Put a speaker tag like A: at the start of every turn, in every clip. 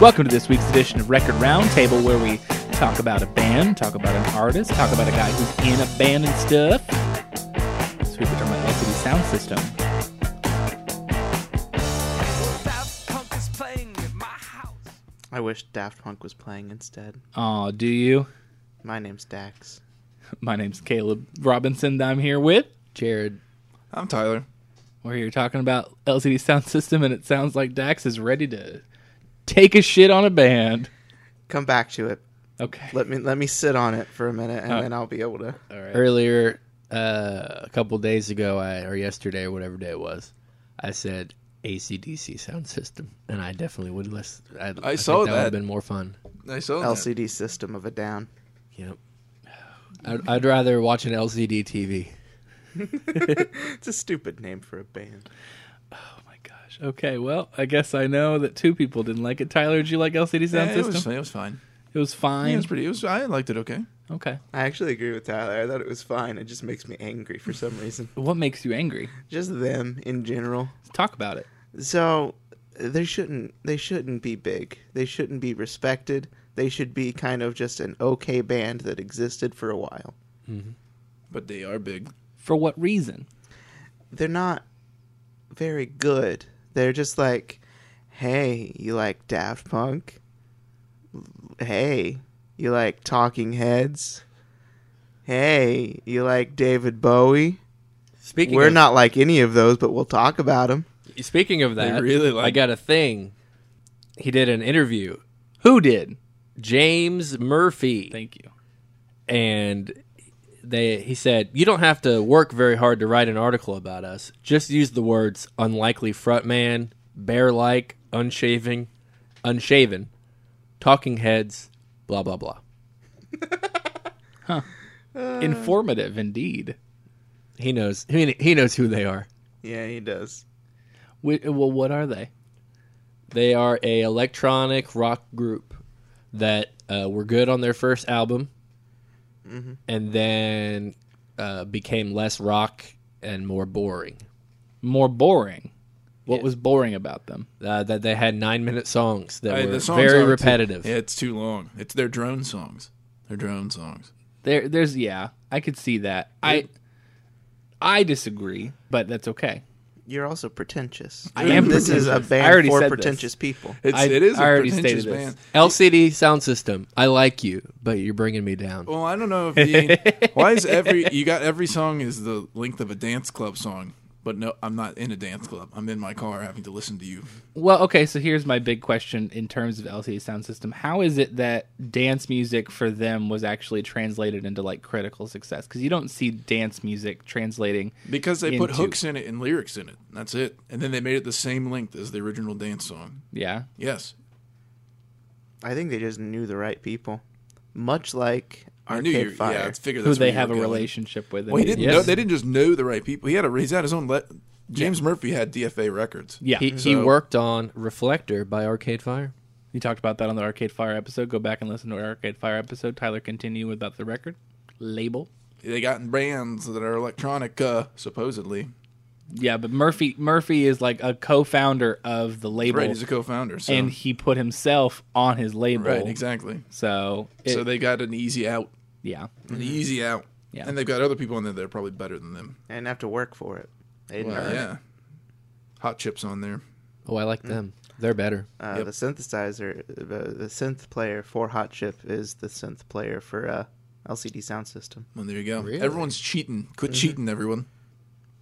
A: Welcome to this week's edition of Record Roundtable, where we talk about a band, talk about an artist, talk about a guy who's in a band and stuff. This week we're talking about LCD Sound System.
B: I wish Daft Punk was playing instead.
A: Aw, do you?
B: My name's Dax.
A: My name's Caleb Robinson. I'm here with.
C: Jared.
D: I'm Tyler.
A: We're here talking about LCD Sound System, and it sounds like Dax is ready to take a shit on a band.
B: Come back to it.
A: Okay.
B: Let me let me sit on it for a minute, and then I'll be able to.
A: All right.
C: Earlier, uh, a couple days ago, I or yesterday or whatever day it was, I said ACDC sound system, and I definitely would listen. I, I
D: saw
C: think that. Would
D: that.
C: have been more fun.
D: I saw that.
B: LCD System of a Down.
C: Yep. I'd, I'd rather watch an LCD TV.
B: It's a stupid name for a band.
A: Oh my gosh. Okay. Well, I guess I know that two people didn't like it. Tyler, did you like LCD
D: Yeah,
A: Sound
D: it
A: System?
D: was fine. It was fine.
A: It was
D: Yeah,
A: fine.
D: it was pretty. It was. I liked it. Okay.
A: okay.
B: I actually agree with Tyler. I thought it was fine. It just makes me angry for some reason.
A: What makes you angry?
B: Just them in general.
A: Talk about it.
B: So they shouldn't they shouldn't be big. They shouldn't be respected. They should be kind of just an okay band that existed for a while.
D: But they are big.
A: For what reason?
B: they're not very good. They're just like, hey, you like Daft Punk? Hey, you like Talking Heads? Hey, you like David Bowie?
C: Speaking
B: We're
C: of,
B: not like any of those, but we'll talk about them.
C: Speaking of that,
D: really like-
C: I got a thing. He did an interview.
A: Who did?
C: James Murphy.
A: Thank you.
C: and they he said you don't have to work very hard to write an article about us just use the words unlikely frontman bear like unshaving unshaven talking heads blah blah blah Uh.
A: Informative indeed.
C: he knows I mean, he knows who they are
B: Yeah, he does.
A: Wh- Well, what are they?
C: they are a electronic rock group that uh, were good on their first album
D: Mm-hmm.
C: and then uh, became less rock and more boring
A: More boring. What
C: Yeah.
A: was boring about them?
C: uh, that they had nine minute songs that
D: I-
C: were
D: the songs
C: very
D: aren't too-
C: repetitive.
D: yeah, it's too long. It's their drone songs. Their drone songs.
A: There, there's yeah. I could see that. I, I disagree, but that's okay.
B: You're also pretentious.
A: I am
B: This is a
A: pretentious. I
B: band
A: already
B: for
A: said this.
B: pretentious people.
D: It's,
A: I-
D: it is.
A: I
D: a
A: already
D: pretentious
A: stated this.
D: band.
C: LCD sound system. I like you, but you're bringing me down.
D: Well, I don't know if the, why is every you got every song is the length of a dance club song. But no, I'm not in a dance club. I'm in my car having to listen to you.
A: Well, okay. So here's my big question in terms of LCD sound system. How is it that dance music for them was actually translated into like critical success? Because you don't see dance music translating.
D: Because they put
A: Into-
D: hooks in it and lyrics in it. That's it. And then they made it the same length as the original dance song.
A: Yeah.
D: Yes.
B: I think they just knew the right people. Much like
D: I knew
B: Arcade
D: you.
B: Fire.
D: Yeah, it's figure
A: Who
D: that's where
A: they
D: you
A: have a
D: were going.
A: relationship with. and
D: Well, he didn't
C: Yes.
D: know. They didn't just know the right people. He had a. He's had his own. Le- James Murphy had DFA records.
A: Yeah.
C: He, he
D: So-
C: worked on Reflector by Arcade Fire.
A: You talked about that on the Arcade Fire episode. Go back and listen to our Arcade Fire episode. Tyler, continue about the record label.
D: They got in bands that are electronic, uh, supposedly.
A: Yeah, but Murphy Murphy is like a co-founder of the label,
D: Right, he's a co-founder. So.
A: and he put himself on his label.
D: right, exactly.
A: So, it,
D: so they got an easy out,
A: yeah,
D: an easy out.
A: Yeah.
D: And they've got other people in there that are probably better than them.
B: They didn't have to work for it. They didn't
D: Well,
B: earn it.
D: yeah. Hot chips on there.
C: Oh, I
D: Mm.
C: like them. They're better.
B: Uh,
D: Yep.
B: The synthesizer, the, the synth player for Hot Chip is the synth player for uh, LCD Sound System.
D: Well, there you go. Everyone's cheating. Quit cheating, everyone.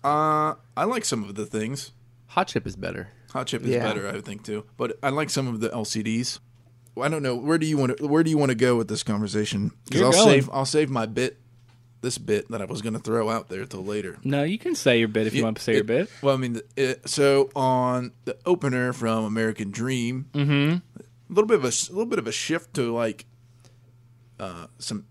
D: Uh, I like some of the things.
C: Hot Chip is better.
D: Hot chip is
B: Yeah.
D: better, I would think too. But I like some of the LCDs. Well, I don't know where do you want to where do you want to go with this conversation? Because
A: You're
D: I'll
A: going.
D: save I'll save my bit, this bit that I was going to throw out there till later.
A: no, you can say your bit if you
D: Yeah,
A: want to say your
D: it-
A: bit.
D: Well, I mean, the- it, so on the opener from American Dream, mm-hmm. a little bit of a, s- little bit of a shift to like uh, some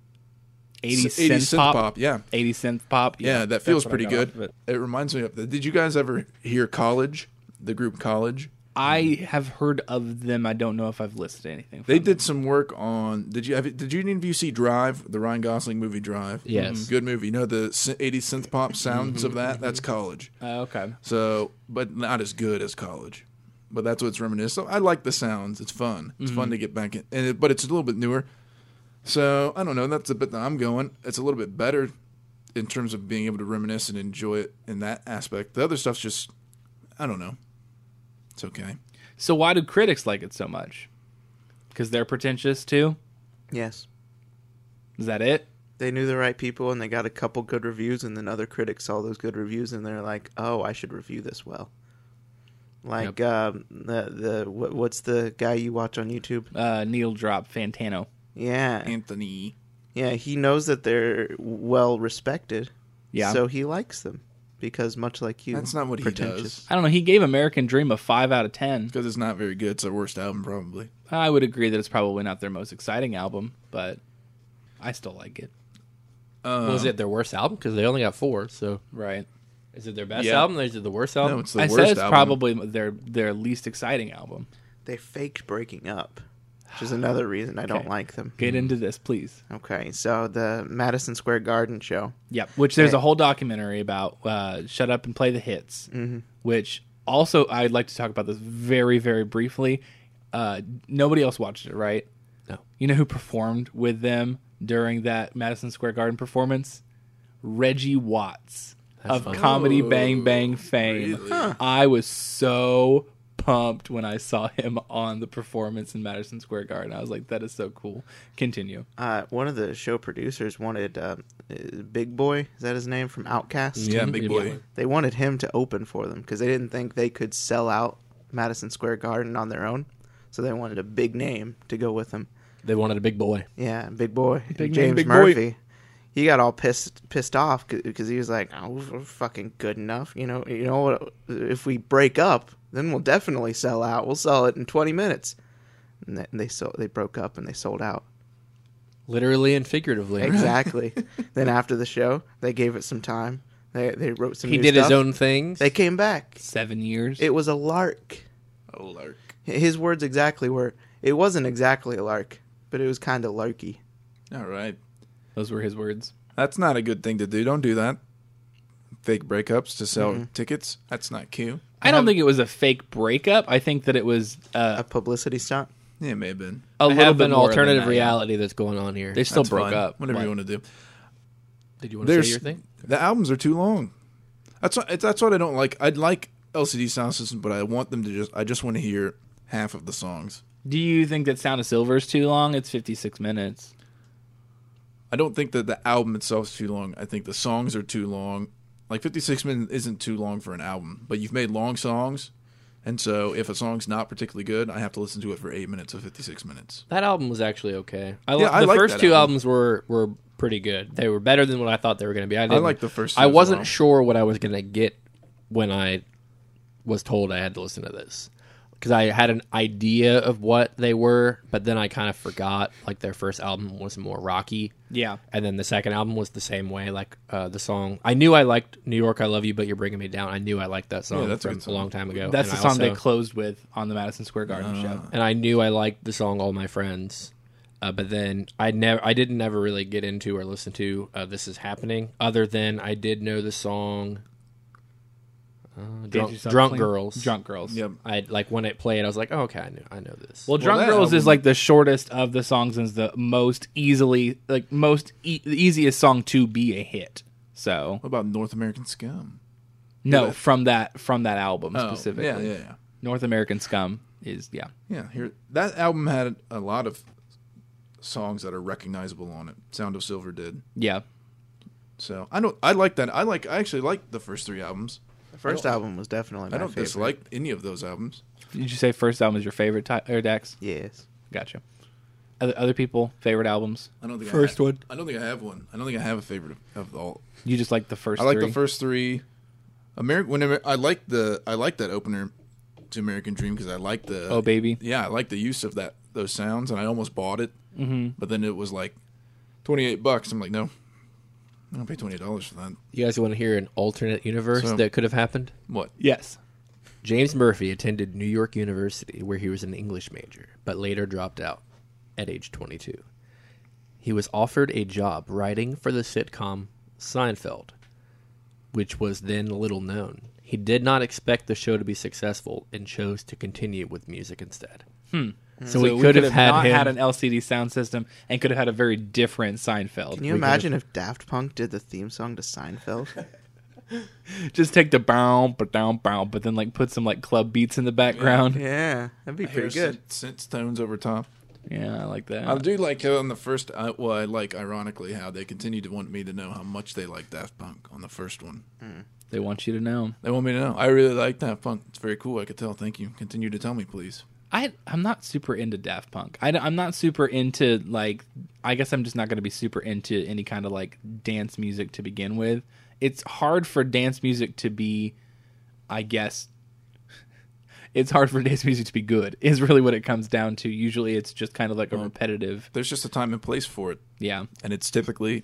A: 80
D: s-
A: synth,
D: 80s synth
A: pop,
D: Yeah,
A: 80 synth pop.
D: yeah, that
A: that's
D: feels
A: what I
D: pretty
A: got
D: good. Mm.
A: off of it.
D: It reminds me of. The, did you guys ever hear College? The group College.
A: I have heard of them. I don't know if I've listed anything. from
D: They
A: them.
D: did some work on. Did you have? Did you any of you see Drive? The Ryan Gosling movie Drive.
C: Yes.
D: good movie. You know the s- '80s synth pop sounds of that. That's College.
A: Uh, okay.
D: So, but not as good as College. but that's what's reminiscent. So I like the sounds. It's fun. It's fun to get back in, and it, but it's a little bit newer. So I don't know. That's the bit that I'm going. It's a little bit better in terms of being able to reminisce and enjoy it in that aspect. The other stuff's just, I don't know. It's okay.
A: So why do critics like it so much? Because they're pretentious too.
B: Yes.
A: Is that it?
B: They knew the right people and they got a couple good reviews, and then other critics saw those good reviews and they're like, oh, I should review this well. Like um, the the what, what's the guy you watch on YouTube?
A: Uh, Neil drop Fantano.
B: Yeah,
D: Anthony.
B: yeah. He knows that they're well respected.
A: Yeah.
B: So he likes them because much like you,
D: That's not what he
B: pretentious.
D: does.
A: I don't know. He gave American Dream a five out of ten.
D: Because it's not very good. It's their worst album, probably.
A: I would agree that it's probably not their most exciting album, but I still like it.
D: Um,
C: was it their worst album? Because they only got four. So
A: Right.
C: is it their best
D: Yeah.
C: album? Is it the worst album?
D: No, it's the
A: Um, I
D: worst
A: said it's
D: album.
A: probably their their least exciting album.
B: They faked breaking up, which is another reason I don't
A: Okay.
B: like them.
A: Get
D: Mm-hmm.
A: into this, please.
B: Okay, so the Madison Square Garden show.
A: Yep. Which there's
B: Hey.
A: a whole documentary about uh, "Shut Up and Play the Hits,"
D: Mm-hmm.
A: which also I'd like to talk about this very very briefly. Uh, nobody else watched it, right?
C: No.
A: You know who performed with them during that Madison Square Garden performance? Reggie Watts of
C: fun.
A: Comedy
D: Oh,
A: Bang Bang fame.
D: really? Huh.
A: I was so pumped when I saw him on the performance in Madison Square Garden. I was like, that is so cool. Continue.
B: Uh, one of the show producers wanted uh, uh, Big Boy. Is that his name from Outcast?
D: Yeah, big
C: Yeah.
D: boy.
B: They wanted him to open for them because they didn't think they could sell out Madison Square Garden on their own. So they wanted a big name to go with them.
C: They wanted a big boy.
B: Yeah, Big Boy, and
A: Big name,
B: James
A: Big Boy.
B: Murphy. He got all pissed pissed off because he was like, "Oh, we're fucking good enough, you know. You know what? If we break up, then we'll definitely sell out. We'll sell it in twenty minutes." And th- they sold, they broke up and they sold out.
C: Literally and figuratively.
B: Exactly. then after the show, they gave it some time. They they wrote some.
C: He
B: new
C: did his
B: stuff.
C: own things.
B: They came back.
A: Seven years.
B: It was a lark.
D: Oh, Lark.
B: His words exactly were, "It wasn't exactly a lark, but it was kind of larky."
D: All right.
A: Those were his words.
D: That's not a good thing to do. Don't do that. Fake breakups to sell
A: Mm-hmm.
D: tickets. That's not cute.
A: I don't think it was a fake breakup. I think that it was uh,
B: A publicity stunt.
D: Yeah, it may have been.
A: a
C: I
A: little
C: have
A: bit
C: an
A: more than
C: alternative
A: that.
C: reality that's going on here.
A: They still
D: That's
A: broke
D: fine.
A: up.
D: Whatever you
A: What?
D: want to do.
C: Did you want to
D: There's
C: say your thing?
D: the albums are too long. That's what it's- that's what I don't like. I'd like LCD Sound System, but I want them to just. I just want to hear half of the songs.
A: Do you think that Sound of Silver is too long? It's 56 minutes.
D: I don't think that the album itself is too long. I think the songs are too long. Like 56 minutes isn't too long for an album, but you've made long songs. And so if a song's not particularly good, I have to listen to it for 8 minutes of 56 minutes.
C: That album was actually okay. I,
D: Yeah,
C: li-
D: I
C: the
D: like
C: first
D: that
C: two
D: album.
C: albums were were pretty good. They were better than what I thought they were going to be. I, didn't,
D: like the first two
C: I
D: as
C: wasn't
D: well.
C: sure what I was going to get when I was told I had to listen to this because I had an idea of what they were, but then I kind of forgot. Like their first album was more rocky.
A: Yeah.
C: And then the second album was the same way. Like uh, the song, I knew I liked "New York, I Love You," but you're bringing me down. I knew I liked that song
D: Yeah, that's a
C: from
D: good song.
C: a long time ago.
A: That's the
C: And I
A: song they
C: also-
A: closed with on the Madison Square Garden show.
C: and I knew I liked the song "All My Friends," uh, but then I never, I didn't ever really get into or listen to uh, "This Is Happening." Other than I did know the song uh,
A: Did
C: "Drunk,
A: you stop
C: Drunk
A: playing-
C: Girls."
A: Drunk Girls.
D: Yep.
C: I like when it played, I was like, "Oh, okay, I know, I know this."
A: Well, Drunk
D: that
A: Girls is
D: album-
A: like the shortest of the songs and is the most easily, like, most, e- the easiest song to be a hit. So,
D: What about North American Scum?
A: no, from that, from that album
D: Oh,
A: specifically.
D: Yeah, yeah, yeah.
A: North American Scum is, yeah.
D: Yeah, here that album had a lot of songs that are recognizable on it. Sound of Silver did.
A: Yeah.
D: So, I don't I like that. I like I actually like the first 3 albums.
B: The first album was definitely my
D: I don't
B: favorite.
D: dislike any of those albums.
A: Did you say first album is your favorite, Ty- or Dax?
B: Yes.
A: Gotcha. Other, other people, favorite albums?
D: I don't think
A: First
D: I ha-
A: one.
D: I don't think I have one. I don't think I have a favorite of, of all
A: You just like the first
D: I like
A: three?
D: the first three. American when Amer- I like the I like that opener to American Dream because I like the
A: Oh, baby.
D: yeah I like the use of that those sounds and I almost bought it mm-hmm. but then it was like twenty eight bucks I'm like no I don't pay twenty eight dollars for that
C: you guys want to hear an alternate universe
D: So-
C: that could have happened?
D: what
A: Yes.
C: James Murphy attended New York University, where he was an English major, but later dropped out at age 22. He was offered a job writing for the sitcom Seinfeld, which was then little known. He did not expect the show to be successful and chose to continue with music instead. Hmm. So, we could have had
A: not
C: him.
A: had an LCD sound system and could have had a very different Seinfeld.
B: Can you
A: We could
B: imagine if Daft Punk did the theme song to Seinfeld?
A: have- just take the bow, but down, bow, but then like put some like club beats in the background?
B: yeah, that'd be pretty good.
D: Synth tones over top.
A: Yeah, I like that.
D: I do like how on the first. I- Well, I like ironically how they continue to want me to know how much they like Daft Punk on the first one.
A: they want you to know.
D: They want me to know. I really like Daft Punk. It's very cool. I could tell. Thank you. Continue to tell me, please.
A: I I'm not super into Daft Punk. I, am not super into like. I guess I'm just not going to be super into any kind of like dance music to begin with. It's hard for dance music to be, I guess. It's hard for dance music to be good. Is really what it comes down to. Usually, it's just kind of like a repetitive.
D: There's just a time and place for it,
A: Yeah,
D: and it's typically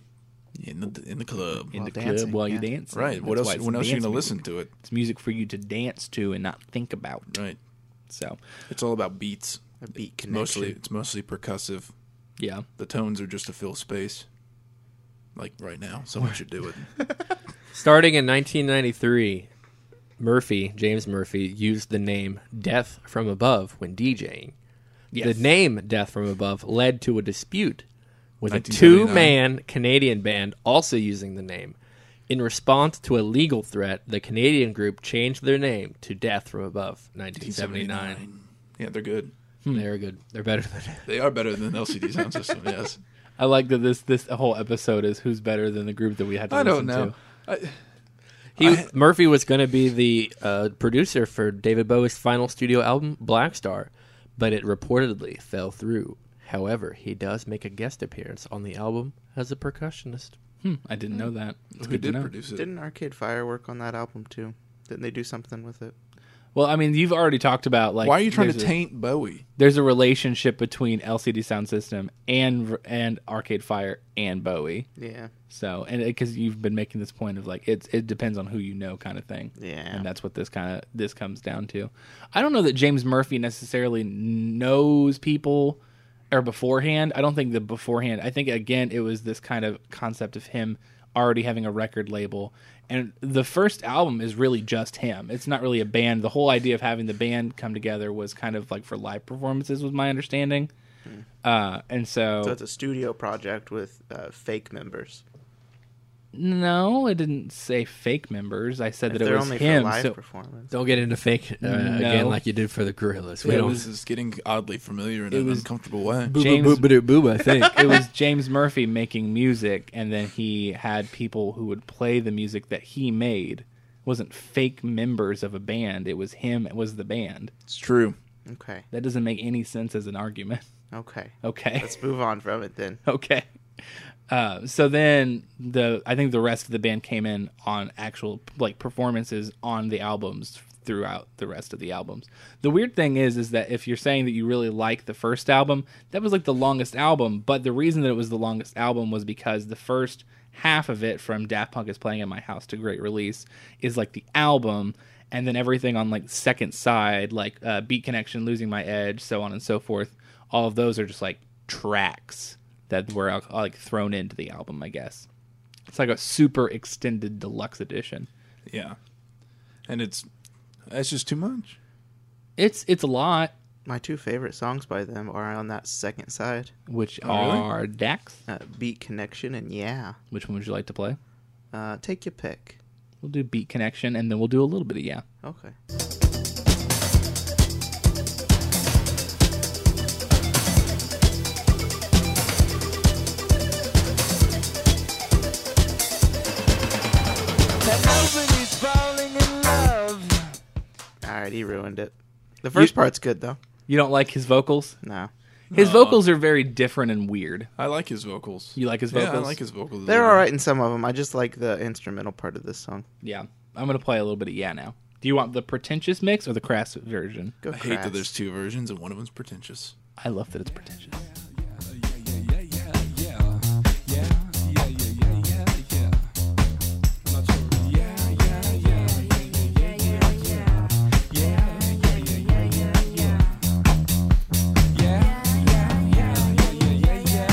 D: in the in the club.
A: in
B: While
A: the
B: dancing,
A: club while you
B: yeah.
A: dance.
D: right. What
A: That's
D: else?
A: why it's
D: When else are you
A: dance
D: gonna
A: music.
D: listen to it?
A: It's music for you to dance to and not think about.
D: Right.
A: So,
D: It's all about beats.
B: A beat
D: It's
B: connection.
D: mostly it's mostly percussive.
A: yeah.
D: The tones are just to fill space. Like right now, someone should do it.
C: Starting in 1993, Murphy, James Murphy, used the name Death from Above when DJing.
A: Yes.
C: The name Death from Above led to a dispute with a
D: 1979.
C: two man Canadian band also using the name. In response to a legal threat, the Canadian group changed their name to Death from Above 1979.
D: Yeah, they're good.
A: Hmm.
C: They're good. They're better than
D: They are better than LCD sound system. Yes.
A: I like that this this whole episode is who's better than the group that we had to
D: I
A: listen
D: don't know.
A: to.
D: I,
C: he, Murphy was going to be the uh, producer for David Bowie's final studio album, Black Star, but it reportedly fell through. However, he does make a guest appearance on the album as a percussionist.
A: Hmm, I didn't know that. It's
D: who
A: good to
D: did
A: know.
D: produce it?
B: Didn't Arcade Fire work on that album too? Didn't they do something with it?
A: Well, I mean, you've already talked about like
D: Why are you trying to
A: there's a-
D: taint Bowie?
A: There's a relationship between LCD Sound System and and Arcade Fire and Bowie.
B: Yeah.
A: So, and because you've been making this point of like it's it depends on who you know kind of thing.
B: Yeah.
A: and that's what this kind of this comes down to. I don't know that James Murphy necessarily knows people or beforehand. I don't think the beforehand. I think again it was this kind of concept of him already having a record label and the first album is really just him. It's not really a band. The whole idea of having the band come together was kind of like for live performances was my understanding. Uh, and
B: Hmm. So it's a studio project with uh, fake members.
A: No, it didn't say fake members. I said
B: If
A: that it
B: they're
A: was
B: only
A: him.
B: for live
A: So
B: performance.
C: Don't get into fake uh,
A: No.
C: again like you did for the gorillas. We
A: It
C: don't.
D: This is getting oddly familiar in
A: It
D: an
A: was-
D: uncomfortable way.
C: Booba
A: James-
C: booba doo booba, I think.
A: it was James Murphy making music, and then he had people who would play the music that he made. It wasn't fake members of a band. It was him. It was the band.
D: It's true.
B: Okay.
A: That doesn't make any sense as an argument.
B: Okay.
A: Okay.
B: Let's move on from it then.
A: okay. Uh, so then the I think the rest of the band came in on actual like performances on the albums throughout the rest of the albums. The weird thing is is that if you're saying that you really like the first album, that was like the longest album, but the reason that it was the longest album was because the first half of it from Daft Punk is playing at my house to great release is like the album and then everything on like second side like uh, beat connection losing my edge so on and so forth all of those are just like tracks that were uh, like thrown into the album, I guess. It's like a super extended deluxe edition.
D: Yeah. And it's it's just too much.
A: It's it's a lot,
B: My two favorite songs by them are on that second side,
A: which
D: Oh, really?
A: are Dax.
B: uh, Beat Connection and Yeah.
A: Which one would you like to play?
B: Uh, take your pick.
A: We'll do Beat Connection, and then we'll do a little bit of yeah.
B: Okay. All right, he ruined it. The first part's good though.
A: You don't like his vocals?
B: No,
A: His vocals are very different and weird.
D: I like his vocals.
A: You like his
D: Yeah, I
A: vocals?
D: like his vocals.
B: they're all right in some of them. I just like the instrumental part of this song.
A: Yeah, I'm gonna play a little bit of yeah now. Do you want the pretentious mix or the crass version?
B: Go
D: I hate
B: Crass.
D: that there's two versions and one of them's pretentious.
A: I love that it's pretentious.
E: Yeah.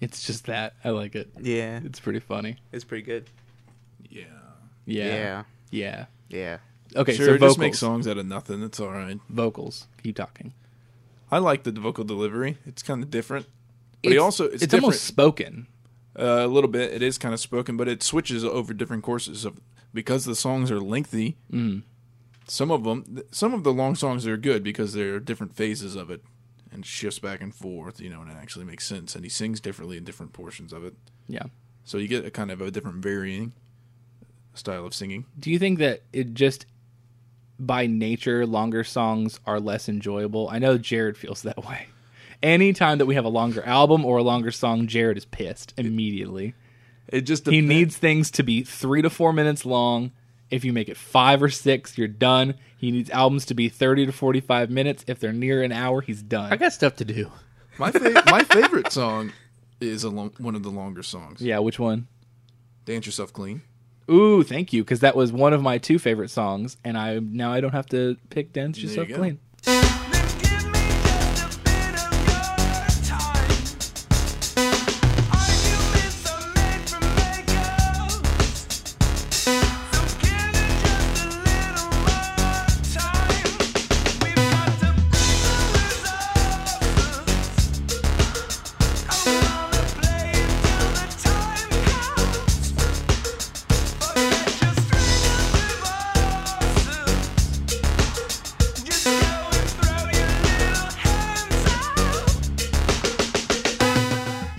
A: It's just that I like it.
B: Yeah,
A: It's pretty funny.
B: it's pretty good.
D: Yeah.
A: Yeah.
B: Yeah,
A: Yeah.
B: yeah.
A: Okay,
D: sure,
A: so vocals.
D: just make songs out of nothing. It's all right.
A: vocals. Keep talking.
D: I like the vocal delivery. It's kind of different. But he also it's, different.
A: almost spoken.
D: uh, a little bit. It is kind of spoken, but it switches over different courses of because the songs are lengthy. Some of them, th- some of the long songs are good because there are different phases of it and shifts back and forth. You know, and it actually makes sense. And he sings differently in different portions of it,
A: Yeah.
D: so you get a kind of a different varying style of singing.
A: Do you think that it just by nature longer songs are less enjoyable? I know Jared feels that way. Anytime that we have a longer album or a longer song, Jared is pissed immediately.
D: It just
A: He
D: depen-
A: needs things to be three to four minutes long. If you make it five or six, you're done. He needs albums to be thirty to forty-five minutes. If they're near an hour, he's done.
C: I got stuff to do.
D: my fa- my favorite song is a long, one of the longer songs.
A: yeah, which one?
D: Dance yourself clean.
A: Ooh, thank you, because that was one of my two favorite songs, and I now I don't have to pick dance
D: you
A: yourself
D: go.
A: clean.
E: Just go and throw your little hands out.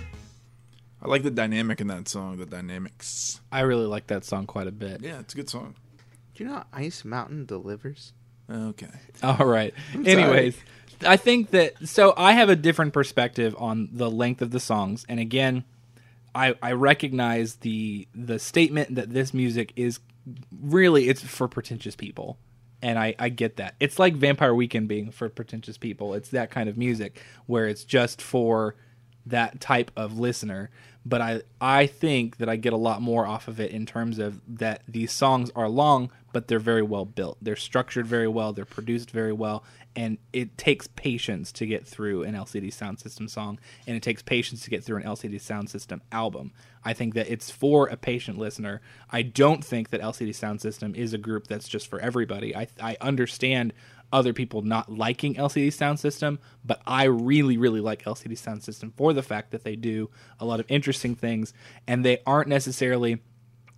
D: I like the dynamic in that song. The dynamics.
A: I really like that song quite a bit.
D: Yeah, it's a good song.
B: Do you know Ice Mountain delivers?
D: Okay.
A: All right. Anyways, I think that so I have a different perspective on the length of the songs, and again, I I recognize the the statement that this music is really it's for pretentious people. And I, I get that. It's like Vampire Weekend being for pretentious people. It's that kind of music where it's just for that type of listener. But I I think that I get a lot more off of it in terms of that these songs are long, but they're very well built. They're structured very well. They're produced very well, and it takes patience to get through an LCD Sound System song, and it takes patience to get through an LCD Sound System album. I think that it's for a patient listener. I don't think that LCD Sound System is a group that's just for everybody. I I understand other people not liking LCD sound system, but I really, really like LCD sound system for the fact that they do a lot of interesting things and they aren't necessarily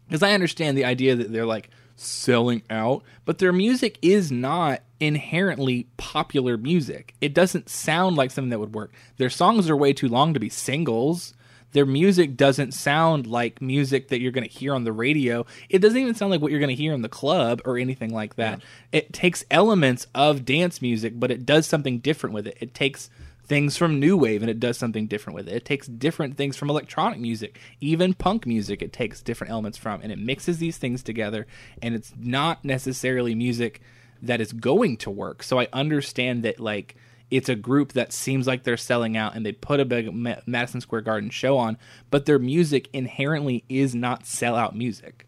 A: because I understand the idea that they're like selling out, but their music is not inherently popular music. It doesn't sound like something that would work. Their songs are way too long to be singles. Their music doesn't sound like music that you're going to hear on the radio. It doesn't even sound like what you're going to hear in the club or anything like that. It takes elements of dance music, but it does something different with it. It takes things from new wave and it does something different with it. It takes different things from electronic music, even punk music, it takes different elements from and it mixes these things together and it's not necessarily music that is going to work. So I understand that like it's a group that seems like they're selling out and they put a big Ma- Madison Square Garden show on, but their music inherently is not sellout music.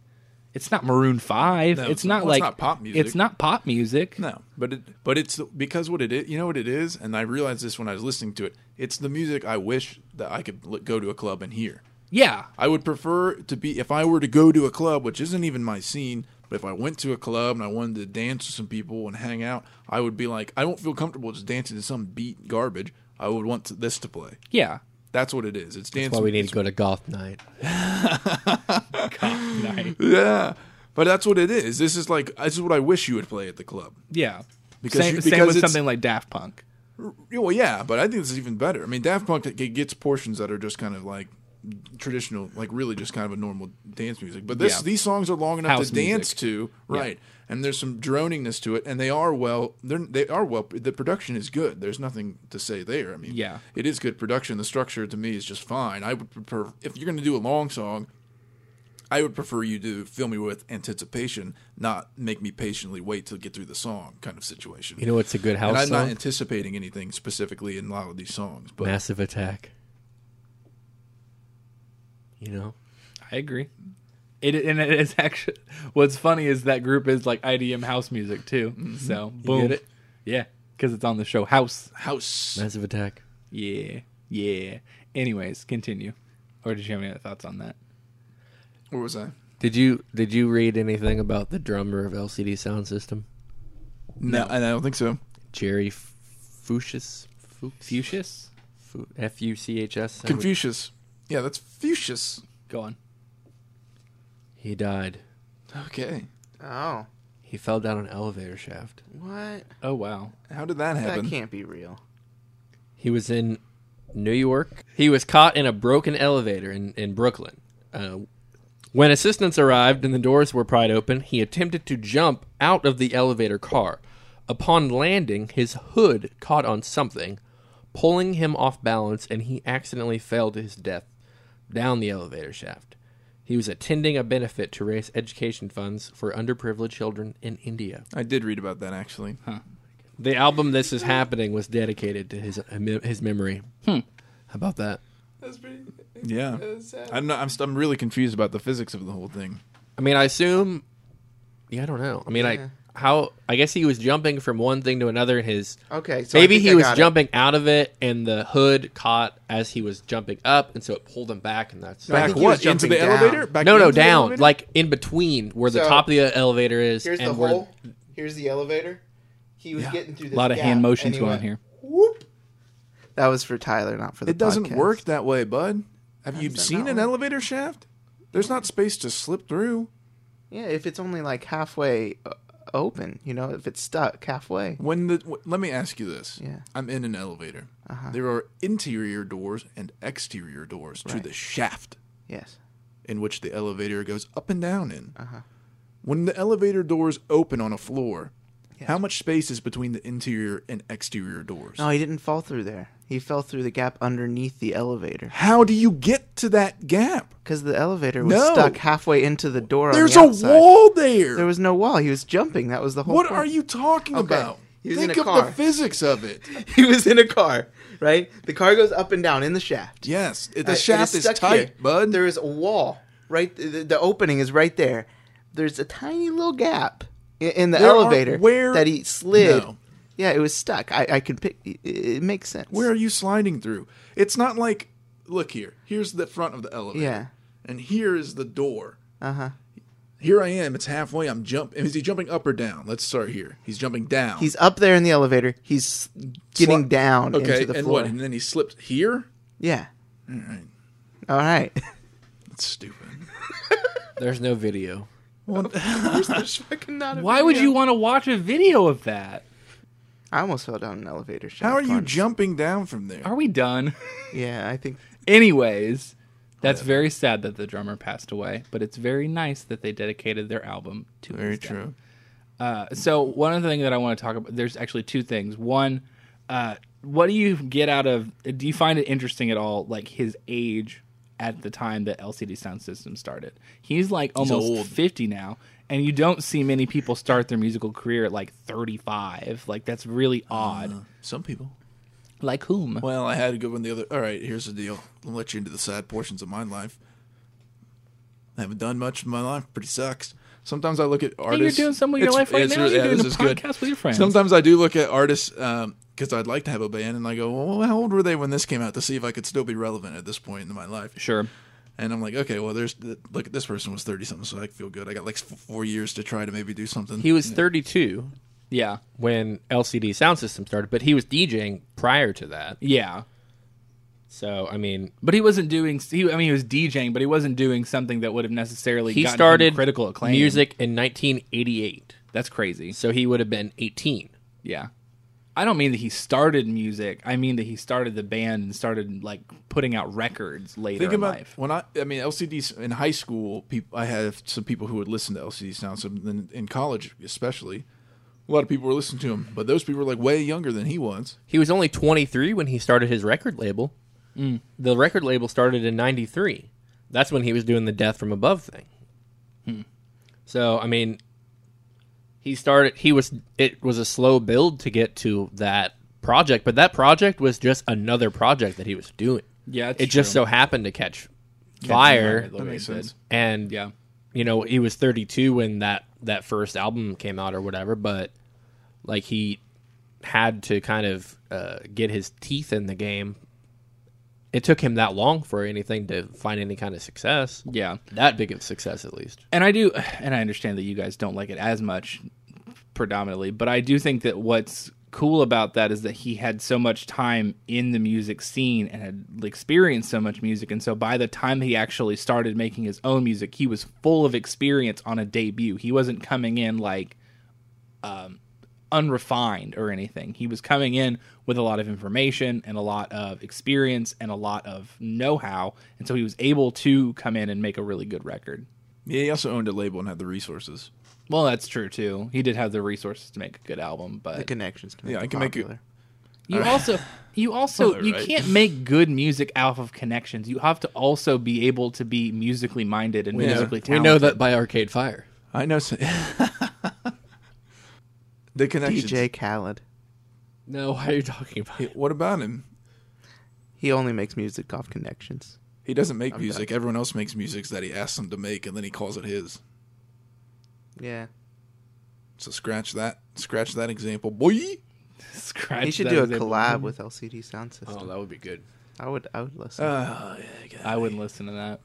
A: It's not Maroon 5.
D: No,
A: it's,
D: it's not-
A: not
D: well, it's
A: like
D: not pop music.
A: It's not pop music.
D: No, but it, but it's because what it is, you know what it is, and I realized this when I was listening to it. It's the music I wish that I could l- go to a club and hear.
A: Yeah.
D: I would prefer to be if I were to go to a club, which isn't even my scene. But if I went to a club and I wanted to dance with some people and hang out, I would be like, I don't feel comfortable just dancing to some beat garbage. I would want to, this to play.
A: Yeah.
D: That's what it is. It's dancing.
C: That's why we need to go to golf night.
D: yeah, but that's what it is. This is like this is what I wish you would play at the club.
A: Yeah.
D: Because
A: same,
D: you-
A: same
D: because
A: with
D: it's-
A: something like Daft Punk.
D: Yeah, well, yeah, but I think this is even better. I mean, Daft Punk it gets portions that are just kind of like traditional, like really just kind of a normal dance music. But this,
A: Yeah.
D: these songs are long enough
A: House
D: to dance
A: music.
D: to, right? And there's some droningness to it, and they are well. They're they are well. The production is good. There's nothing to say there. I mean,
A: Yeah.
D: it is good production. The structure to me is just fine. I would prefer if you're going to do a long song. I would prefer you to fill me with anticipation, not make me patiently wait to get through the song kind of situation.
C: You know what's a good
D: And
C: house
D: I'm
C: song?
D: not anticipating anything specifically in a lot of these songs, but
C: Massive Attack. You know,
A: I agree. It and it is actually what's funny is that group is like IDM house music too. So boom,
C: get it?
A: yeah, because it's on the show House.
D: house.
C: Massive Attack.
A: Yeah, Yeah. Anyways, continue. Or did you have any other thoughts on that?
D: Where was I?
C: Did you did you read anything about the drummer of LCD Sound System,
D: No, I don't think so.
C: Jerry F- Fuchs?
A: Fuchsius?
C: Fu- F U C H S. I would-
D: Confucius. Yeah, that's Fuchsius.
A: Go on.
C: He died.
D: Okay.
B: Oh,
C: He fell down an elevator shaft.
B: what?
A: Oh wow.
D: How did that happen?
B: That can't be real.
C: He was in New York. He was caught in a broken elevator in, in Brooklyn. Uh, when assistants arrived and the doors were pried open, he attempted to jump out of the elevator car. Upon landing, his hood caught on something, pulling him off balance, and he accidentally fell to his death down the elevator shaft. He was attending a benefit to raise education funds for underprivileged children in India.
D: I did read about that actually.
C: The album "This Is Happening" was dedicated to his his memory.
B: Hmm.
C: How about that?
D: Yeah. I'm not, I'm, st- I'm really confused about the physics of the whole thing.
C: I mean, I assume. Yeah, I don't know. I mean,
B: Yeah.
C: I how I guess he was jumping from one thing to another in his.
B: Okay, so I
C: Maybe
B: think
C: he
B: I
C: was
B: got it.
C: jumping out of it, and the hood caught as he was jumping up, and so it pulled him back, and that's
B: I
D: Back
B: think he was
D: what? Into
B: jumping
D: the
B: down.
D: elevator? Back
C: no, no,
D: into the
C: down
D: elevator?
C: like in between where the
B: So,
C: top of the elevator is.
B: Here's
C: and
B: the
C: where,
B: hole. Here's the elevator. He was getting through
A: A
B: this
A: lot of
B: gap,
A: hand motions
B: and he
A: going
B: went,
A: here.
B: Whoop. That was for Tyler, not for the
D: It doesn't
B: podcast.
D: work that way, bud. Have you
B: does that
D: seen
B: not
D: an
B: work?
D: elevator shaft? There's not space to slip through.
B: Yeah, if it's only like halfway uh, open, you know, if it's stuck halfway.
D: When the w- let me ask you this.
B: Yeah. Uh-huh.
D: I'm in an elevator. There are interior doors and exterior doors to the shaft
B: Yes.
D: in which the elevator goes up and down in.
B: Uh-huh.
D: When the elevator doors open on a floor, how much space is between the interior and exterior doors?
B: No, he didn't fall through there. He fell through the gap underneath the elevator
D: How do you get to that gap?
B: because the elevator was
D: No.
B: stuck halfway into the door. on
D: There's
B: the
D: a
B: outside.
D: wall there.
B: There was no wall. He was jumping. That was the whole.
D: what
B: point.
D: are you talking
B: Okay.
D: about?
B: He was in
D: Think
B: a
D: of the
B: car.
D: physics of it.
B: He was in a car, right? The car goes up and down in the shaft.
D: Yes, it- the
B: Right, it
D: shaft is
B: stuck
D: tight,
B: here.
D: bud.
B: There is a wall right. The, the opening is right there. There's a tiny little gap in, in the
D: There are-
B: elevator
D: where-
B: that he slid.
D: No.
B: Yeah, it was stuck. I, I can pick. It, it makes sense.
D: Where are you sliding through? It's not like, look here. Here's the front of the elevator.
B: Yeah.
D: And here is the door.
B: Uh huh.
D: Here I am. It's halfway. I'm jump. Is he jumping up or down? Let's start here. He's jumping down.
B: He's up there in the elevator. He's getting
D: Sli-
B: down
D: okay.
B: into the
D: and
B: floor.
D: what? And then he slipped here.
B: Yeah.
D: All right.
B: All right.
D: That's stupid.
C: There's no video.
B: There's fucking not a
A: Why would
B: video.
A: you want to watch a video of that?
B: I almost fell down an elevator shaft.
D: How are you
B: once.
D: jumping down from there?
A: Are we done?
B: Yeah, I think.
A: Anyways, that's very sad that the drummer passed away, but it's very nice that they dedicated their album to
D: Very
A: his death.
D: true.
A: Uh, so one other thing that I want to talk about, there's actually two things. One, uh, what do you get out of? Do you find it interesting at all, like his age at the time that LCD Sound System started? He's like almost
D: old.
A: fifty now, and you don't see many people start their musical career at like thirty-five. Like that's really odd.
C: Ah.
D: Some people.
A: like whom?
D: Well, I had a good one the other. All right, here's the deal. I'll let you into the sad portions of my life. I haven't done much of my life. Pretty sucks. Sometimes I look at artists.
A: doing something with your life right now. You're doing
D: this
A: a
D: is good.
A: podcast with your friends.
D: Sometimes I do look at artists because I'd like to have a band, and I go, "Well, how old were they when this came out?" To see if I could still be relevant at this point in my life.
A: Sure.
D: And I'm like, okay, well, there's look at this person was thirty something, so I feel good. I got like f- four years to try to maybe do something.
C: He was 32
A: Yeah.
C: when LCD Sound System started, but he was DJing prior to that.
A: Yeah.
C: So I mean,
A: But he wasn't doing. He, I mean, he was DJing, but he wasn't doing something that would have necessarily
C: he
A: gotten him
C: started
A: critical acclaim.
C: music in 1988
A: That's crazy.
C: so he would have been 18
A: Yeah. I don't mean that he started music. I mean that he started the band and started like putting out records later
D: Think
A: in
D: about
A: life.
D: when I, I mean, LCDs in high school. Peop, I had some people who would listen to LCD sound. Some in, in college, especially, a lot of people were listening to him. But those people were like way younger than he was.
C: he was only 23 when he started his record label
A: Mm.
C: the record label started in 93 that's when he was doing the death from above thing
A: Hmm.
C: so i mean he started he was it was a slow build to get to that project but that project was just another project that he was doing
A: Yeah,
C: it
A: it's
C: just
A: true.
C: so happened to catch
A: Fire
C: fire
A: the way
D: makes
A: it did.
D: sense.
C: and
A: Yeah.
C: you know he was 32 when that that first album came out or whatever but like he had to kind of uh, get his teeth in the game it took him that long for anything to find any kind of success.
A: Yeah.
C: That big of success, at least.
A: and I do, and I understand that you guys don't like it as much, predominantly. But I do think that what's cool about that is that he had so much time in the music scene and had experienced so much music, and so by the time he actually started making his own music, he was full of experience on a debut. He wasn't coming in like um, unrefined or anything. He was coming in with a lot of information and a lot of experience and a lot of know-how, and so he was able to come in and make a really good record.
D: Yeah, he also owned a label and had the resources.
A: Well, that's true too. He did have the resources to make a good album,
B: The
A: but
B: connections to make
D: Yeah, I
B: it
D: can make you-
B: popular.
A: you also you also you
D: Alright.
A: can't make good music off of connections. You have to also be able to be musically minded and
D: know-
A: musically
C: We
A: talented.
C: know that by Arcade Fire.
D: I know. Some- the connections.
B: DJ Khaled.
C: No, why are you talking about it?
D: What about him?
B: He only makes music off connections.
D: He doesn't make music. Everyone else makes music that he asks them to make, and then he calls it his.
B: Yeah.
D: So scratch that. Scratch that example, boy.
A: Scratch
B: He should
A: that
B: do a
A: as
B: collab with LCD Sound System.
C: Oh, that would be good.
B: I would. I would listen.
D: Oh. Uh,
A: Oh, I wouldn't listen to that.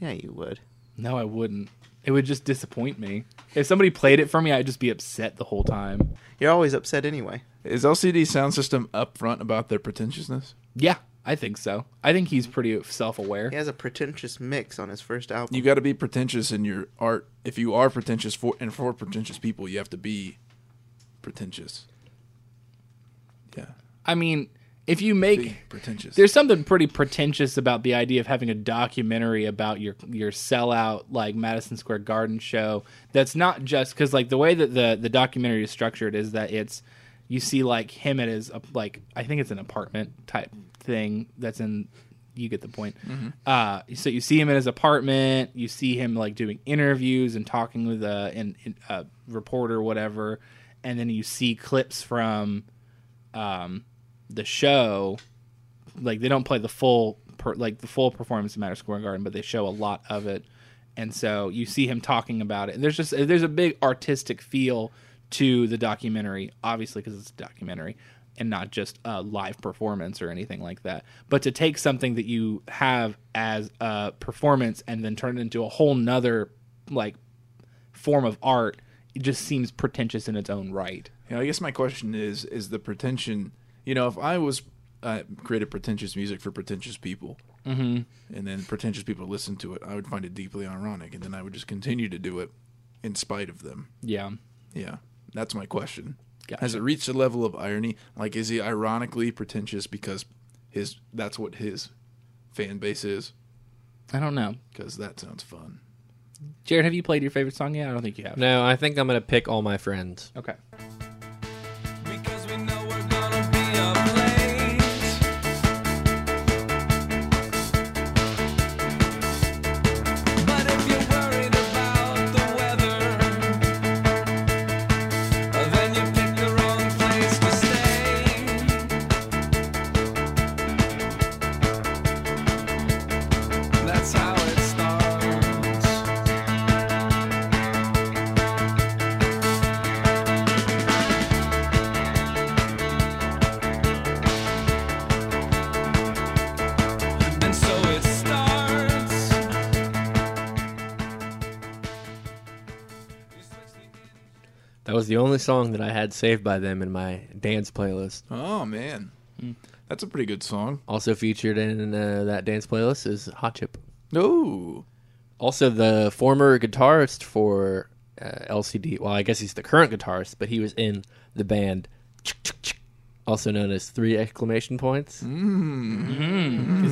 B: yeah, you would.
A: No, I wouldn't. It would just disappoint me. If somebody played it for me, I'd just be upset the whole time.
B: You're always upset anyway.
D: is LCD Sound System upfront about their pretentiousness?
A: Yeah, I think so. I think he's pretty self-aware.
B: He has a pretentious mix on his first album.
D: You got to be pretentious in your art. If you are pretentious for and for pretentious people, you have to be pretentious. Yeah,
A: I mean, if you
D: be
A: make
D: pretentious.
A: There's something pretty pretentious about the idea of having a documentary about your your sellout like Madison Square Garden show. That's not just because like the way that the the documentary is structured is that it's you see like him at his uh, like I think it's an apartment type thing that's in. You get the point. Uh, so you see him in his apartment. You see him like doing interviews and talking with a, an, a reporter, whatever. And then you see clips from um, the show like they don't play the full per, like the full performance of Matter Square Garden, but they show a lot of it, and so you see him talking about it. And there's just there's a big artistic feel to the documentary, obviously because it's a documentary and not just a live performance or anything like that. But to take something that you have as a performance and then turn it into a whole nother like form of art, it just seems pretentious in its own right.
D: Yeah, I guess my question is: is the pretension? You know, if I was uh, created pretentious music for pretentious people, mm-hmm. and then pretentious people listen to it, I would find it deeply ironic, and then I would just continue to do it in spite of them.
A: Yeah.
D: Yeah, that's my question.
A: Gotcha.
D: Has it reached a level of irony? Like, is he ironically pretentious because his that's what his fan base is?
A: I don't know.
D: Because that sounds fun.
A: Jared, have you played your favorite song yet? I don't think you have.
C: No, I think I'm going to pick all my friends.
A: Okay.
E: Because we know we're gonna be up late. But if you're worried about the weather, then you pick the wrong place to stay. That's how it starts. And so it starts.
C: That was the only song that I had saved by them in my dance playlist.
D: Oh man,
A: Hmm.
D: that's a pretty good song.
C: Also featured in uh, that dance playlist is Hot Chip.
D: No,
C: Also, the former guitarist for uh, LCD. Well, I guess he's the current guitarist, but he was in the band, also known as Three Exclamation Points.
A: Is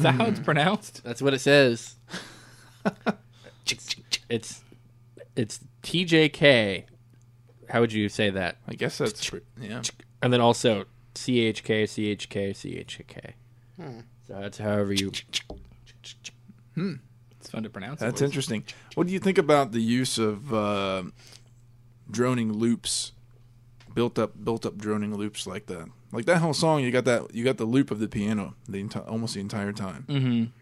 A: that how it's pronounced?
C: That's what it says. it's it's TJK. How would you say that?
D: I guess that's pre- yeah.
C: And then also CHK, CHK, CHK. So that's however you.
A: It's fun to pronounce.
D: That's
A: always.
D: interesting. What do you think about the use of uh, droning loops, built up, built up droning loops like that? Like that whole song, you got that, you got the loop of the piano the enti- almost the entire time.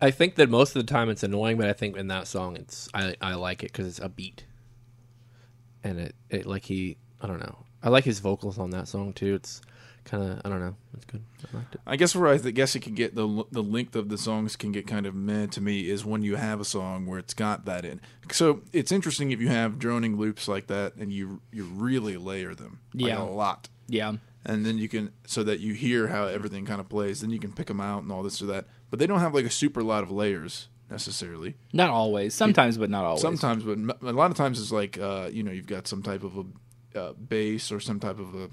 C: I think that most of the time it's annoying, but I think in that song it's I, I like it because it's upbeat, and it, it like he I don't know I like his vocals on that song too. It's kind of I don't know. It's good. I liked it.
D: I guess where I th- guess it can get the l- the length of the songs can get kind of meh to me is when you have a song where it's got that in. So it's interesting if you have droning loops like that and you you really layer them like,
A: Yeah.
D: a lot,
A: Yeah.
D: and then you can so that you hear how everything kind of plays. Then you can pick them out and all this or that. But they don't have like a super lot of layers necessarily.
A: Not always. Sometimes, but not always.
D: Sometimes, but m- a lot of times it's like uh, you know you've got some type of a uh, bass or some type of a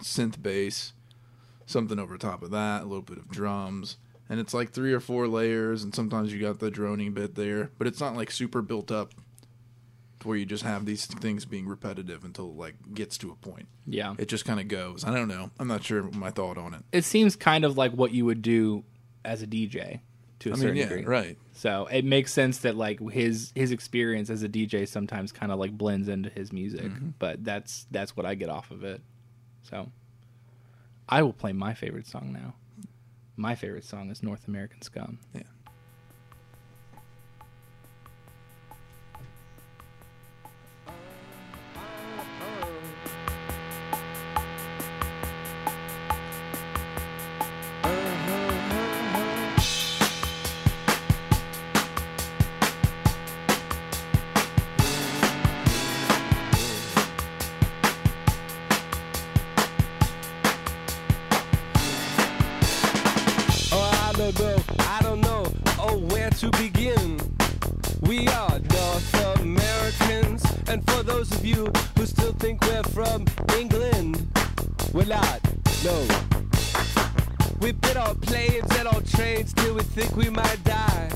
D: synth bass, something over top of that, a little bit of drums, and it's like three or four layers, and sometimes you got the droning bit there, but it's not like super built up, to where you just have these things being repetitive until it, like gets to a point.
A: Yeah.
D: It just kind of goes. I don't know. I'm not sure my thought on it.
A: It seems kind of like what you would do as a DJ to a
D: I mean,
A: certain
D: yeah,
A: degree.
D: right.
A: So it makes sense that like his his experience as a DJ sometimes kind of like blends into his music,
D: Mm-hmm.
A: but that's that's what I get off of it. So I will play my favorite song now. My favorite song is North American Scum.
D: Yeah.
F: Oh, I don't know, I don't know, oh, where to begin. We are North Americans, and for those of you who still think we're from England, we're not, no. We've been on planes and on trains till we think we might die.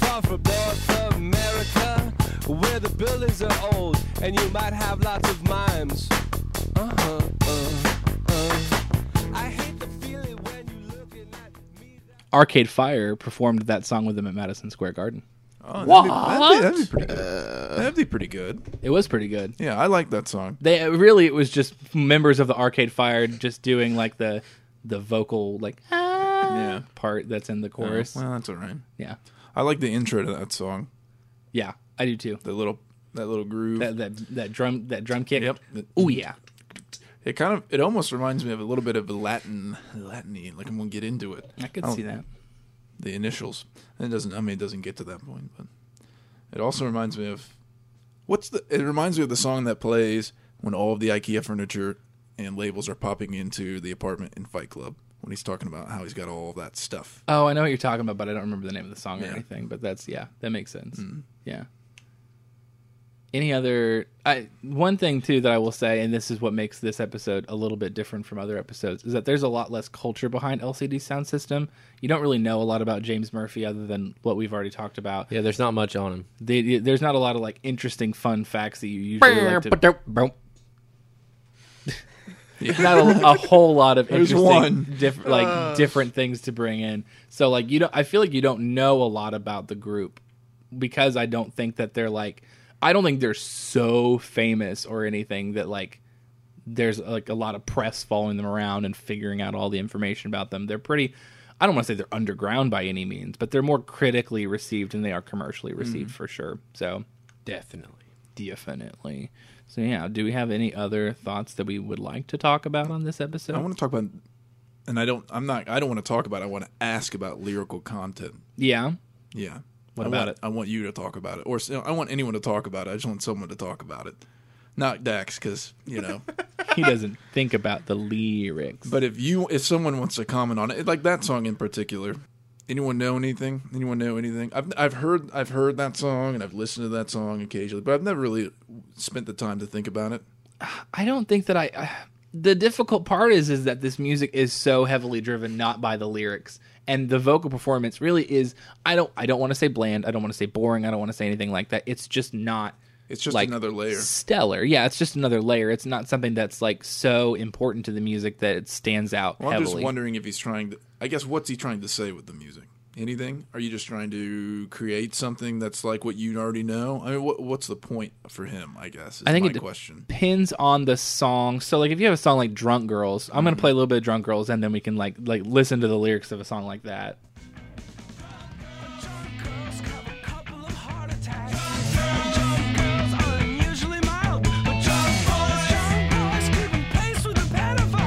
F: Far from North America, where the buildings are old and you might have lots of mimes. Uh huh, uh, uh. I hate the feeling when you looking at me. That-
A: Arcade Fire performed that song with them at Madison Square Garden.
D: Oh, that'd be- That'd, be, that'd be pretty good.
A: Uh.
D: that'd be pretty good.
A: It was pretty good.
D: Yeah, I like that song.
A: They really it was just members of the Arcade Fire just doing like the the vocal like ah
D: Yeah. Oh,
A: part that's in the chorus.
D: Well, that's all right.
A: yeah.
D: I like the intro to that song.
A: Yeah, I do too.
D: That little that little groove.
A: That that that drum that drum kick.
D: Yep.
A: Oh yeah.
D: It kind of it almost reminds me of a little bit of a Latin Latiny. Like I'm gonna get into it.
A: I could
D: don't-
A: see that.
D: The initials. And it doesn't I mean it doesn't get to that point, but it also reminds me of what's the it reminds me of the song that plays when all of the IKEA furniture and labels are popping into the apartment in Fight Club when he's talking about how he's got all that stuff.
A: Oh, I know what you're talking about, but I don't remember the name of the song or
D: Yeah.
A: anything. But that's yeah, that makes sense. Yeah. Any other? I one thing too that I will say, and this is what makes this episode a little bit different from other episodes, is that there's a lot less culture behind LCD sound system. You don't really know a lot about James Murphy other than what we've already talked about.
C: Yeah, there's not much on him.
A: They, there's not a lot of like interesting fun facts that you usually like to not a, a whole lot of
D: There's
A: interesting
D: one.
A: diff- like different things to bring in. So like you don't I feel like you don't know a lot about the group because I don't think that they're like I don't think they're so famous or anything that like there's like a lot of press following them around and figuring out all the information about them. They're pretty I don't want to say they're underground by any means, but they're more critically received than they are commercially received for sure. So
C: Definitely.
A: definitely. So yeah, do we have any other thoughts that we would like to talk about on this episode?
D: I want to talk about and I don't I'm not I don't want to talk about it, I want to ask about lyrical content.
A: yeah.
D: Yeah.
A: What
D: I
A: about
D: want,
A: it?
D: I want you to talk about it, or s- I want anyone to talk about it. I just want someone to talk about it, not Dax, because you know.
A: He doesn't think about the lyrics.
D: but if you, if someone wants to comment on it, like that song in particular, anyone know anything? Anyone know anything? I've I've heard I've heard that song and I've listened to that song occasionally, but I've never really spent the time to think about it.
A: I don't think that I, I the difficult part is is that this music is so heavily driven not by the lyrics and the vocal performance really is I don't I don't want to say bland, I don't want to say boring, I don't want to say anything like that. It's just not
D: It's just
A: like
D: another layer.
A: Stellar. Yeah, it's just another layer. It's not something that's like so important to the music that it stands out
D: Well, I'm
A: heavily.
D: just wondering if he's trying to. I guess what's he trying to say with the music? Anything? Are you just trying to create something that's like what you already know? I mean, what, what's the point for him? I guess is
A: I think
D: my
A: it de-
D: question.
A: depends on the song. So like if you have a song like Drunk Girls, I'm
D: Mm-hmm.
A: gonna play a little bit of Drunk Girls and then we can like like listen to the lyrics of a song like that.
F: Drunk girls have a couple of heart attacks. Drunk girls are unusually mild, but drunk boys, drunk boys keeping pace with the pedophiles.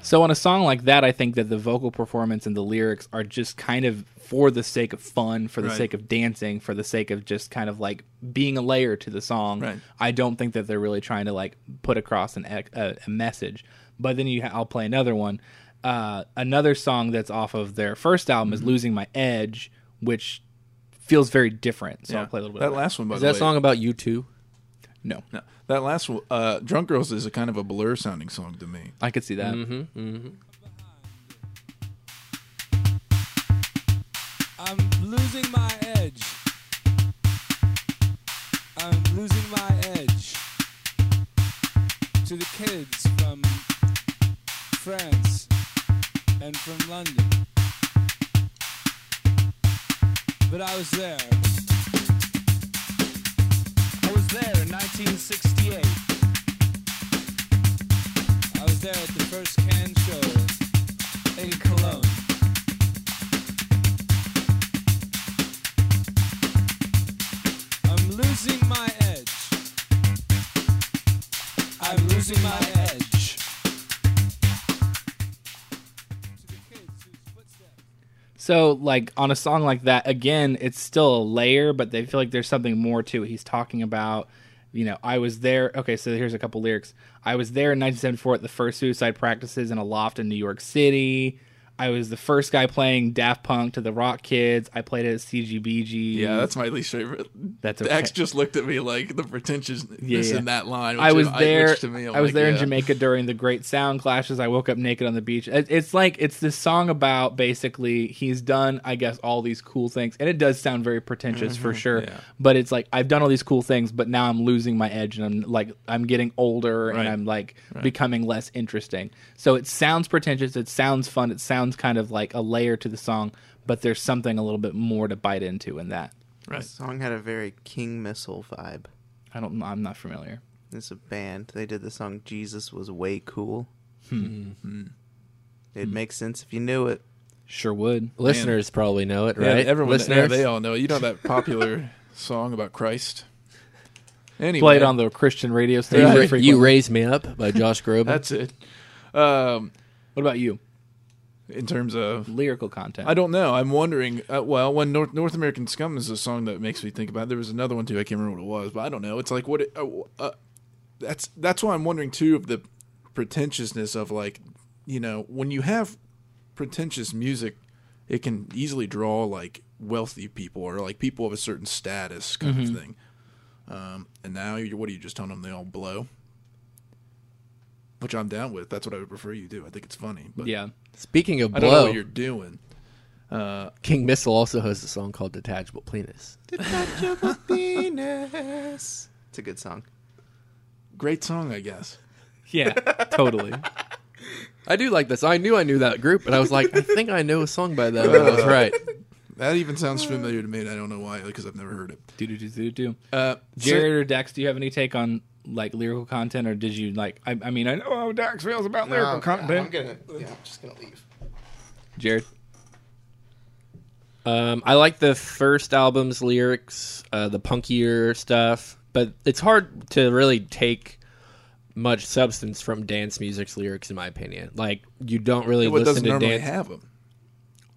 A: So on a song like that, I think that the vocal performance and the lyrics are just kind of for the sake of fun, for the
D: Right.
A: sake of dancing, for the sake of just kind of like being a layer to the song.
D: Right.
A: I don't think that they're really trying to like put across an ec- a, a message. But then you, ha- I'll play another one. Uh, another song that's off of their first album
D: Mm-hmm.
A: is "Losing My Edge," which feels very different. So
D: Yeah.
A: I'll play a little bit.
D: that
A: of
D: last one, by
C: Is
D: the
C: that
D: way,
C: song about you two?
A: No,
D: No, that last one, uh, "Drunk Girls" is a kind of a blur sounding song to me.
A: I could see that.
F: I'm losing my edge. I'm losing my edge. To the kids from France and from London. But I was there. I was there in 1968. I was there at the first can show in Cologne. I'm losing my edge. I'm losing my edge.
A: So, like on a song like that, again, it's still a layer, but they feel like there's something more to it. He's talking about, you know, I was there. Okay, so here's a couple lyrics. I was there in 1974 at the first suicide practices in a loft in New York City. I was the first guy playing Daft Punk to the Rock Kids. I played it at CGBG.
D: Yeah, that's my least favorite.
A: That's okay.
D: Dax just looked at me like the pretentiousness
A: Yeah, yeah.
D: in that line. Which
A: I was
D: which
A: there.
D: to me, I'm
A: I was
D: like,
A: there in
D: yeah.
A: Jamaica during the Great Sound Clashes. I woke up naked on the beach. It- It's like it's this song about basically he's done, I guess, all these cool things, and it does sound very pretentious for sure.
D: Mm-hmm. yeah.
A: But it's like I've done all these cool things, but now I'm losing my edge, and I'm like I'm getting older,
D: Right.
A: and I'm like becoming less interesting. So it sounds pretentious. It sounds fun. It sounds kind of like a layer to the song, but there's something a little bit more to bite into in that.
D: Right.
B: The song had a very King Missile vibe.
A: I don't. I'm not familiar.
B: It's a band. They did the song Jesus Was Way Cool.
D: Hmm.
B: Mm-hmm. It'd make sense if you knew it.
A: Sure would.
C: Listeners probably know it,
D: Yeah,
C: right?
D: everyone, yeah,
C: Listeners,
D: they all know. You know that popular song about Christ. Anyway,
A: Played on the Christian radio
C: you,
A: station.
C: Ra-
A: frequently.
C: you raise me up by Josh Groban.
D: That's it. Um,
A: What about you?
D: in terms of,
A: Lyrical content.
D: I don't know. I'm wondering. Uh, well, when North North American Scum is a song that makes me think about. It. There was another one too. I can't remember what it was, but I don't know. It's like what. It, uh, uh, that's that's why I'm wondering too of the pretentiousness of like, you know, when you have pretentious music, it can easily draw like wealthy people or like people of a certain status kind of thing. Um, and now, you're, what are you just telling them they all blow? Which I'm down with. That's what I would prefer you do. I think it's funny, but
A: yeah.
C: Speaking of
D: I don't know
C: blow,
D: what you're doing.
C: King Missile also has a song called "Detachable Penis."
B: Venus. It's a good song.
D: Great song, I guess.
A: Yeah. totally.
C: I do like this. I knew I knew that group, and I was like, I think I know a song by them. And I was right.
D: That even sounds familiar to me, and I don't know why, because I've never heard it.
A: Do do do do do.
D: Uh,
A: Jared or Dex, do you have any take on like lyrical content, or did you like? I, I mean, I know how Dex feels about lyrical content.
B: gonna. Yeah, I'm just gonna leave.
A: Jared,
C: Um, I like the first album's lyrics, uh, the punkier stuff, but it's hard to really take much substance from dance music's lyrics, in my opinion. Like you don't really
D: So, it
C: listen
D: doesn't
C: to
D: normally
C: dance.
D: have them.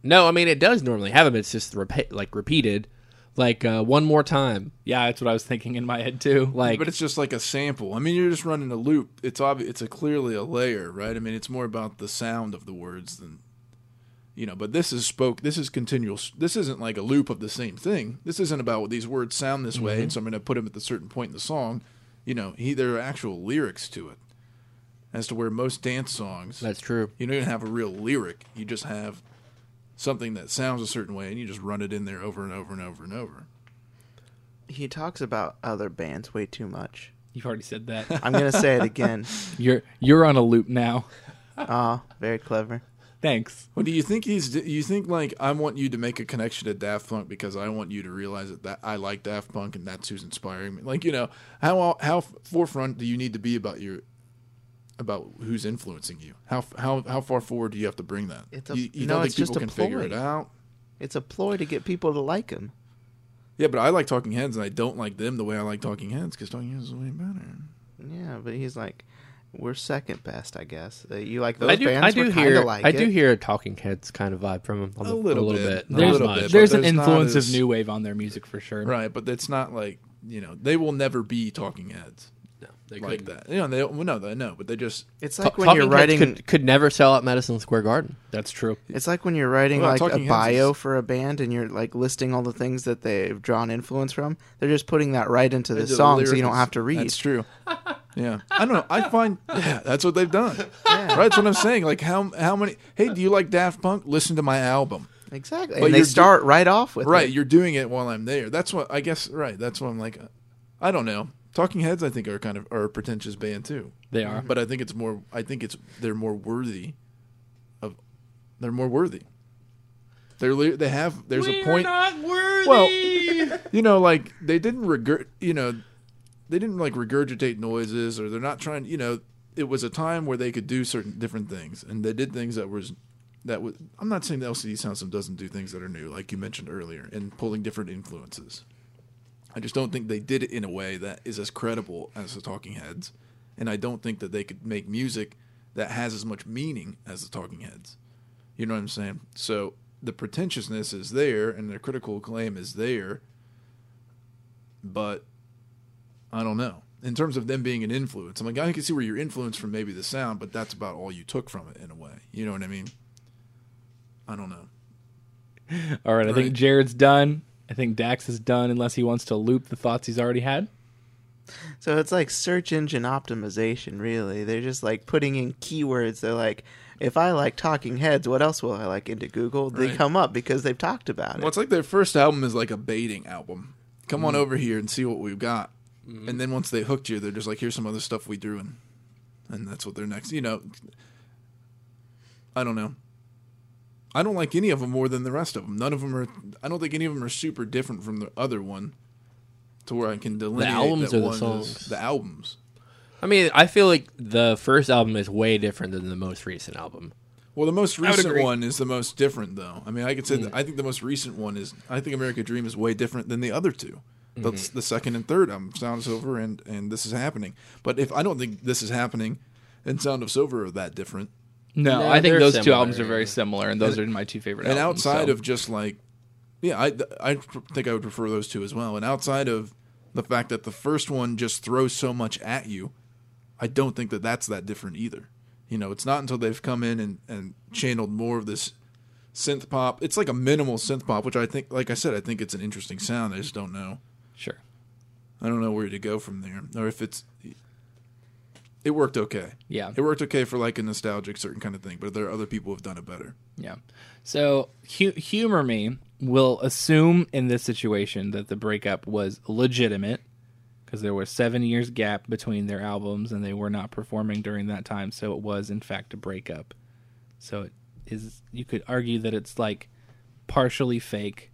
C: no, I mean it does normally have them. It's just repeat, like repeated, like uh, one more time.
A: yeah, that's what I was thinking in my head too.
C: Like
D: But it's just like a sample. I mean, you're just running a loop. It's obvious. It's a clearly a layer, right? I mean, it's more about the sound of the words than, you know. But this is spoke. This is continual. s- This isn't like a loop of the same thing. This isn't about these words sound this way, and so I'm going to put them at the certain point in the song. You know, he, there are actual lyrics to it, as to where most dance songs.
C: that's true.
D: You don't even have a real lyric. You just have something that sounds a certain way, and you just run it in there over and over and over and over.
B: He talks about other bands way too much.
A: You've already said that.
B: I'm gonna say it again.
A: you're you're on a loop now.
B: Ah, very clever.
A: Thanks.
D: Well, do you think he's? You think like I want you to make a connection to Daft Punk because I want you to realize that, that I like Daft Punk and that's who's inspiring me. Like you know how how forefront do you need to be about your about who's influencing you? How how how far forward do you have to bring that?
B: It's a-
D: you, you
B: no,
D: don't
B: it's
D: think people
B: just a
D: can figure it
B: ploy.
D: out?
B: It's a ploy to get people to like him.
D: Yeah, but I like Talking Heads and I don't like them the way I like Talking Heads because Talking Heads is way better.
B: Yeah, but he's like, we're second best, I guess. Uh, you like those
C: I do.
B: bands?
C: I do
B: We're kinda
C: hear.
B: Like
C: I
B: it.
C: do hear a Talking Heads kind of vibe from him on
D: A
C: the,
D: little bit.
C: bit.
D: A
C: Not
A: There's,
D: little
C: much.
D: bit,
A: there's
D: but
A: an
D: there's not
A: influence
D: as-
A: of new wave on their music for sure.
D: right? But it's not like you know they will never be Talking Heads
C: They
D: like
C: couldn't.
D: that. You know they well, no, they know, but they just
B: It's
C: Ta-
B: like when
C: Talking
B: you're
C: Heads
B: writing.
C: could, could never sell out Madison Square Garden.
A: That's true.
B: It's like when you're writing
D: Well,
B: like
D: Talking
B: a
D: Heads
B: bio
D: is-
B: for a band and you're like listing all the things that they've drawn influence from. They're just putting that right into the
D: into
B: song, so you
D: lyrics.
B: don't have to read.
D: That's true. Yeah, I don't know. I find yeah, that's what they've done.
B: Yeah.
D: Right, that's what I'm saying. Like how how many? Hey, do you like Daft Punk? Listen to my album.
B: Exactly,
D: But
B: and they
D: you're do-
B: start right off with
D: Right,
B: it.
D: you're doing it while I'm there. That's what I guess. Right, that's what I'm like. uh, I don't know. Talking Heads, I think, are kind of are a pretentious band too.
A: They are.
D: but I think it's more. I think it's they're more worthy of. They're more worthy. They're li- they have there's a point. Well, you know, like they didn't regurg. You know, they didn't like regurgitate noises, or they're not trying. You know, it was a time where they could do certain different things, and they did things that was that was. I'm not saying the LCD Sound System doesn't do things that are new, like you mentioned earlier, and pulling different influences. I just don't think they did it in a way that is as credible as the Talking Heads, and I don't think that they could make music that has as much meaning as the Talking Heads. You know what I'm saying? So the pretentiousness is there, and the critical acclaim is there, but I don't know. In terms of them being an influence, I'm like, I can see where you're influenced from maybe the sound, but that's about all you took from it in a way. You know what I mean? I don't know.
A: All right, I
D: Right.
A: think Jared's done. I think Dax is done unless he wants to loop the thoughts he's already had.
B: So it's like search engine optimization, really. They're just like putting in keywords. They're like, if I like Talking Heads, what else will I like into Google? They
D: Right.
B: come up because they've talked about it.
D: Well, it's like their first album is like a baiting album. Come
C: Mm.
D: on over here and see what we've got. And then once they hooked you, they're just like, here's some other stuff we drew in. And that's what they're next. You know, I don't know. I don't like any of them more than the rest of them. None of them are. I don't think any of them are super different from the other one, to where I can delineate
C: albums
D: that
C: or the
D: one is-
C: songs?
D: the albums.
C: I mean, I feel like the first album is way different than the most recent album.
D: Well, the most recent
A: agree.
D: one is the most different, though. I mean, I could say that I think the most recent one is I think America Dream is way different than the other two. That's the second and third album, Sound of Silver and and This Is Happening. But if I don't think This Is Happening and Sound of Silver are that different.
A: No,
C: No,
A: I think
C: they're
A: those two
C: similar,
A: albums are very
C: yeah.
A: similar, and those are my two favorite.
D: And
A: albums,
D: outside
A: so.
D: of just like, yeah, I I think I would prefer those two as well. And outside of the fact that the first one just throws so much at you, I don't think that that's that different either. You know, it's not until they've come in and and channeled more of this synth pop. It's like a minimal synth pop, which I think, like I said, I think it's an interesting sound. I just don't know.
A: sure,
D: I don't know where to go from there, or if it's. It worked okay.
A: Yeah.
D: it worked okay for like a nostalgic certain kind of thing, but there are other people who have done it better.
A: yeah. So hu- humor me will assume in this situation that the breakup was legitimate because there was seven years gap between their albums, and they were not performing during that time, so it was in fact a breakup. So it is. You could argue that it's like partially fake,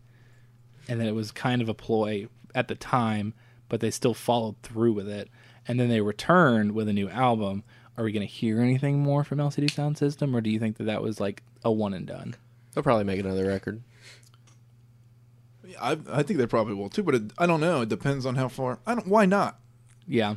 A: and that it was kind of a ploy at the time, but they still followed through with it. And then they returned with a new album. Are we going to hear anything more from LCD Sound System, or do you think that that was like a one and done?
C: They'll probably make another record.
D: I, I think they probably will too, but it, I don't know. It depends on how far. I don't. Why not?
A: Yeah,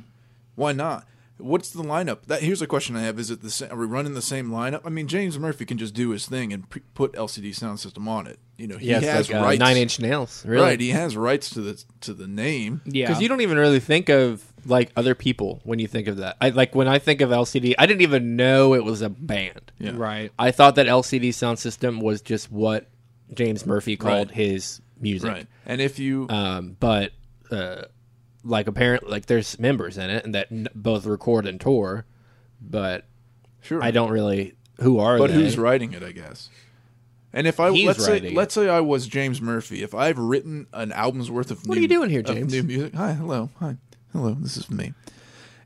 D: Why not? What's the lineup? That here's a question I have: Is it the same? Are we running the same lineup? I mean, James Murphy can just do his thing and pre- put LCD Sound System on it. You know, he
C: Yeah,
D: has
C: it's like uh,
D: rights.
C: Nine Inch Nails, really.
D: Right, he has rights to the to the name.
A: yeah.
C: Because you don't even really think of like other people when you think of that. I like when I think of LCD, I didn't even know it was a band.
D: Yeah.
A: right.
C: I thought that LCD sound system was just what James Murphy called
D: Right.
C: his music.
D: right. And if you
C: Um, but uh, like apparent, like there's members in it, and that n- both record and tour. But
D: sure,
C: I don't really who are
D: But
C: they?
D: who's writing it? I guess. And if I
C: He's
D: let's say
C: writing it.
D: let's say I was James Murphy, if I've written an album's worth of
C: What are
D: new-
C: you doing here,
D: of
C: James?
D: New music. Hi, hello, hi, hello. This is me.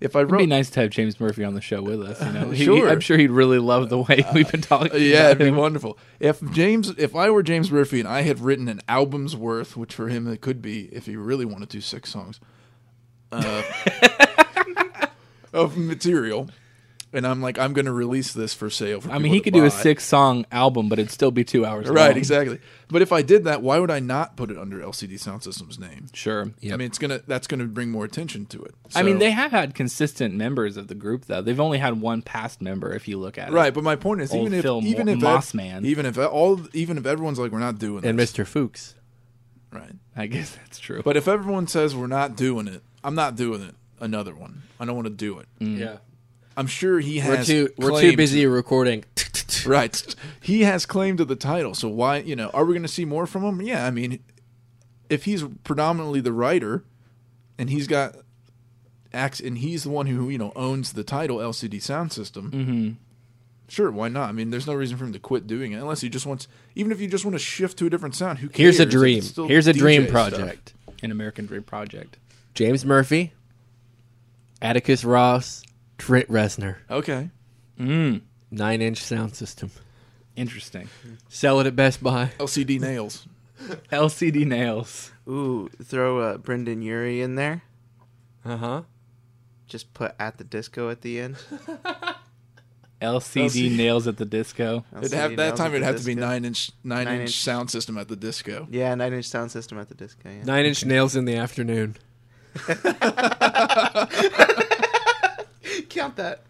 D: If I wrote,
A: It'd be nice to have James Murphy on the show with us. You know, He- he-
D: Sure.
A: I'm sure he'd really love the way we've been talking.
D: Yeah,
A: about
D: it'd be
A: him.
D: wonderful. If James, if I were James Murphy and I had written an album's worth, which for him it could be, if he really wanted to, six songs uh, of material, and I'm like, I'm going to release this for sale. For
A: I mean, he could do a six song album, but it'd still be two hours.
D: Right,
A: long.
D: exactly. But if I did that, why would I not put it under LCD Sound System's name?
A: Sure.
D: I mean, it's gonna that's gonna bring more attention to it.
A: I mean,
D: So-
A: they have had consistent members of the group, though. They've only had one past member, if you look at it.
D: right. But my point is,
A: Old
D: even if
A: Phil
D: even
A: Mo-
D: if
A: Moss
D: ev-
A: Man.
D: even if e, all even if everyone's like, we're not doing
C: and
D: this,
C: Mr. Fuchs.
D: right?
A: I guess that's true.
D: But if everyone says we're not doing it, I'm not doing it. Another one. I don't want to do it.
A: Mm.
C: Yeah,
D: I'm sure he
C: we're
D: Mm. has.
C: too we're
D: claim
C: too
D: to-
C: busy recording.
D: Right. He has claim to the title. So why, you know, are we going to see more from him? Yeah, I mean, if he's predominantly the writer and he's got acts and he's the one who, you know, owns the title LCD sound system. Mm-hmm. Sure, why not? I mean, there's no reason for him to quit doing it unless he just wants even if you just want to shift to a different sound, who cares?
C: Here's a
D: It's
C: dream.
D: still
C: Here's a
D: DJ
C: dream
D: stuff.
C: project.
A: An American Dream Project.
C: James Murphy, Atticus Ross, Trent Reznor,
D: Okay.
C: nine inch sound system.
A: Interesting.
C: Sell it at Best Buy.
D: LCD nails.
A: LCD nails.
B: Ooh, throw uh, Brendan Urie in there.
C: Uh
D: Uh-huh.
C: huh.
B: Just put at the disco at the end.
A: LCD nails at the disco.
D: It'd
B: LCD
D: have, that
B: nails
D: time
B: at
D: it'd
B: the
D: have to be
B: disco.
D: 9 inch 9,
B: Nine
D: inch,
B: inch.
D: sound system at the disco.
B: Yeah, nine inch sound system at the disco. Yeah.
C: Nine inch nails in the afternoon.
B: Count that.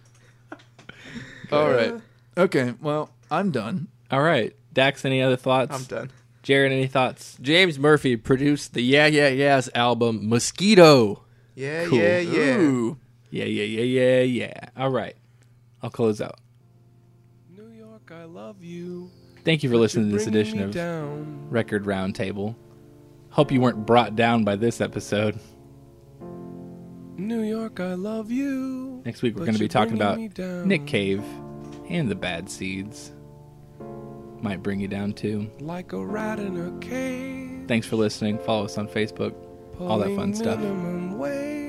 D: All right. Okay, well, I'm done.
A: All right. Dax, any other thoughts?
B: I'm done.
A: Jared, any thoughts?
C: James Murphy produced the Yeah Yeah Yeahs album Mosquito.
B: Yeah, yeah, yeah.
D: Ooh.
A: Yeah, yeah, yeah, yeah, yeah. All right. I'll close out.
F: New York, I love you.
A: Thank you for listening to
F: You're
A: this
F: bringing
A: edition
F: me
A: of
F: down.
A: Record Roundtable. Hope you weren't brought down by this episode.
F: New York, I love you.
A: Next week, we're
F: But
A: going to be
F: you're
A: talking about
F: bringing me down.
A: Nick Cave and the Bad Seeds. Might bring you down too.
F: Like a rat in a cage.
A: Thanks for listening. Follow us on Facebook. All that fun
F: pulling
A: stuff.
F: minimum wage.